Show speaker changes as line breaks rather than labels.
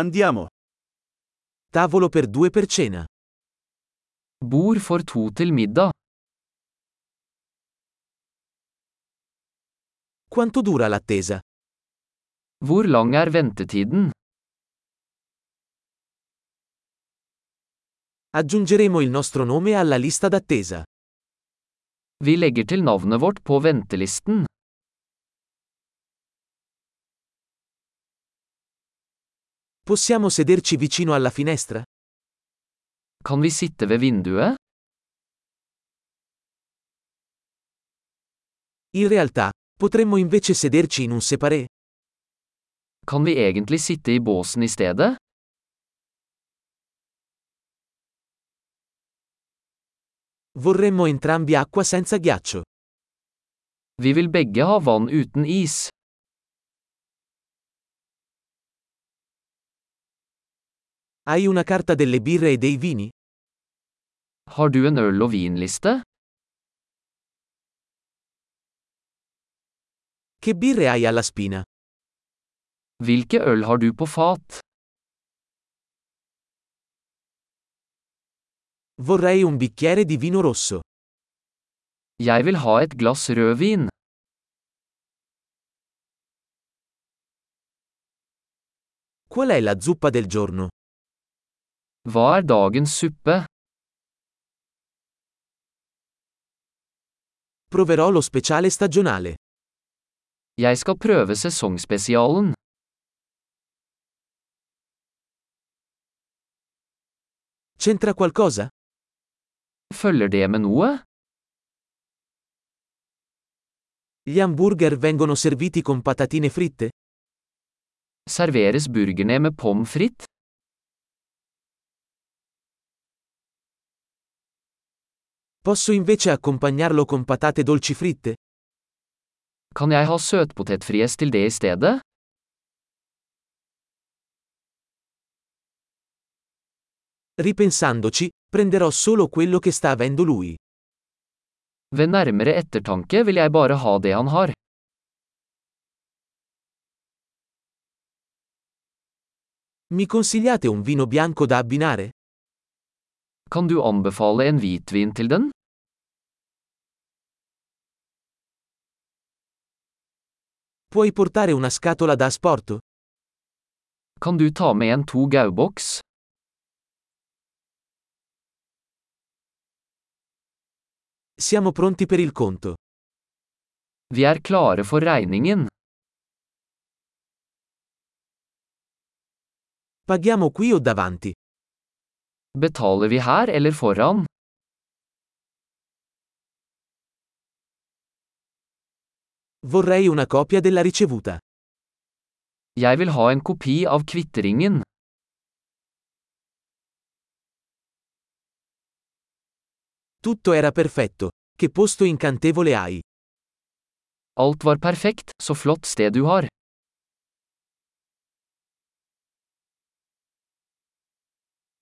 Andiamo. Tavolo per due per cena.
Bord for to til middag.
Quanto dura l'attesa?
Hvor lang er ventetiden?
Aggiungeremo il nostro nome alla lista d'attesa.
Vi legger til navnet vårt på ventelisten.
Possiamo sederci vicino alla finestra?
Kan vi sitte ved vinduet?
In realtà, potremmo invece sederci in un separé.
Kan vi egentlig sitte i båsen i stedet?
Vorremmo entrambi acqua senza ghiaccio.
Vi vil begge ha vann uten is.
Hai una carta delle birre e dei vini?
Har du en øl- og vinliste?
Che birre hai alla spina?
Hvilke øl har du på fat?
Vorrei un bicchiere di vino rosso.
Jeg vil ha et glass rødvin.
Qual è la zuppa del giorno?
Hva er dagens suppe?
Proverò lo speciale stagionale.
Jeg skal prøve sesongspesialen.
C'entra qualcosa?
Følger det med noe?
Gli hamburger vengono serviti con patatine fritte?
Serveres burgerne med pommes frites?
Posso invece accompagnarlo con patate dolci fritte?
Kan jeg ha søtpotetfries til det i stedet?
Ripensandoci, prenderò solo quello che sta avendo lui.
Ved nærmere ettertanke vil jeg bare ha det han har.
Mi consigliate un vino bianco da abbinare?
Kan du anbefale en hvitvin til den?
Puoi portare una scatola da asporto?
Kan du ta med en to gauboks?
Siamo pronti per il conto.
Vi er klare for regningen.
Paghiamo qui o davanti?
Betaler vi her eller foran?
Vorrei una copia della ricevuta.
Jeg vil ha en kopi av kvitteringen.
Tutto era perfetto. Che posto incantevole hai!
Alt var perfekt, så flott sted du har.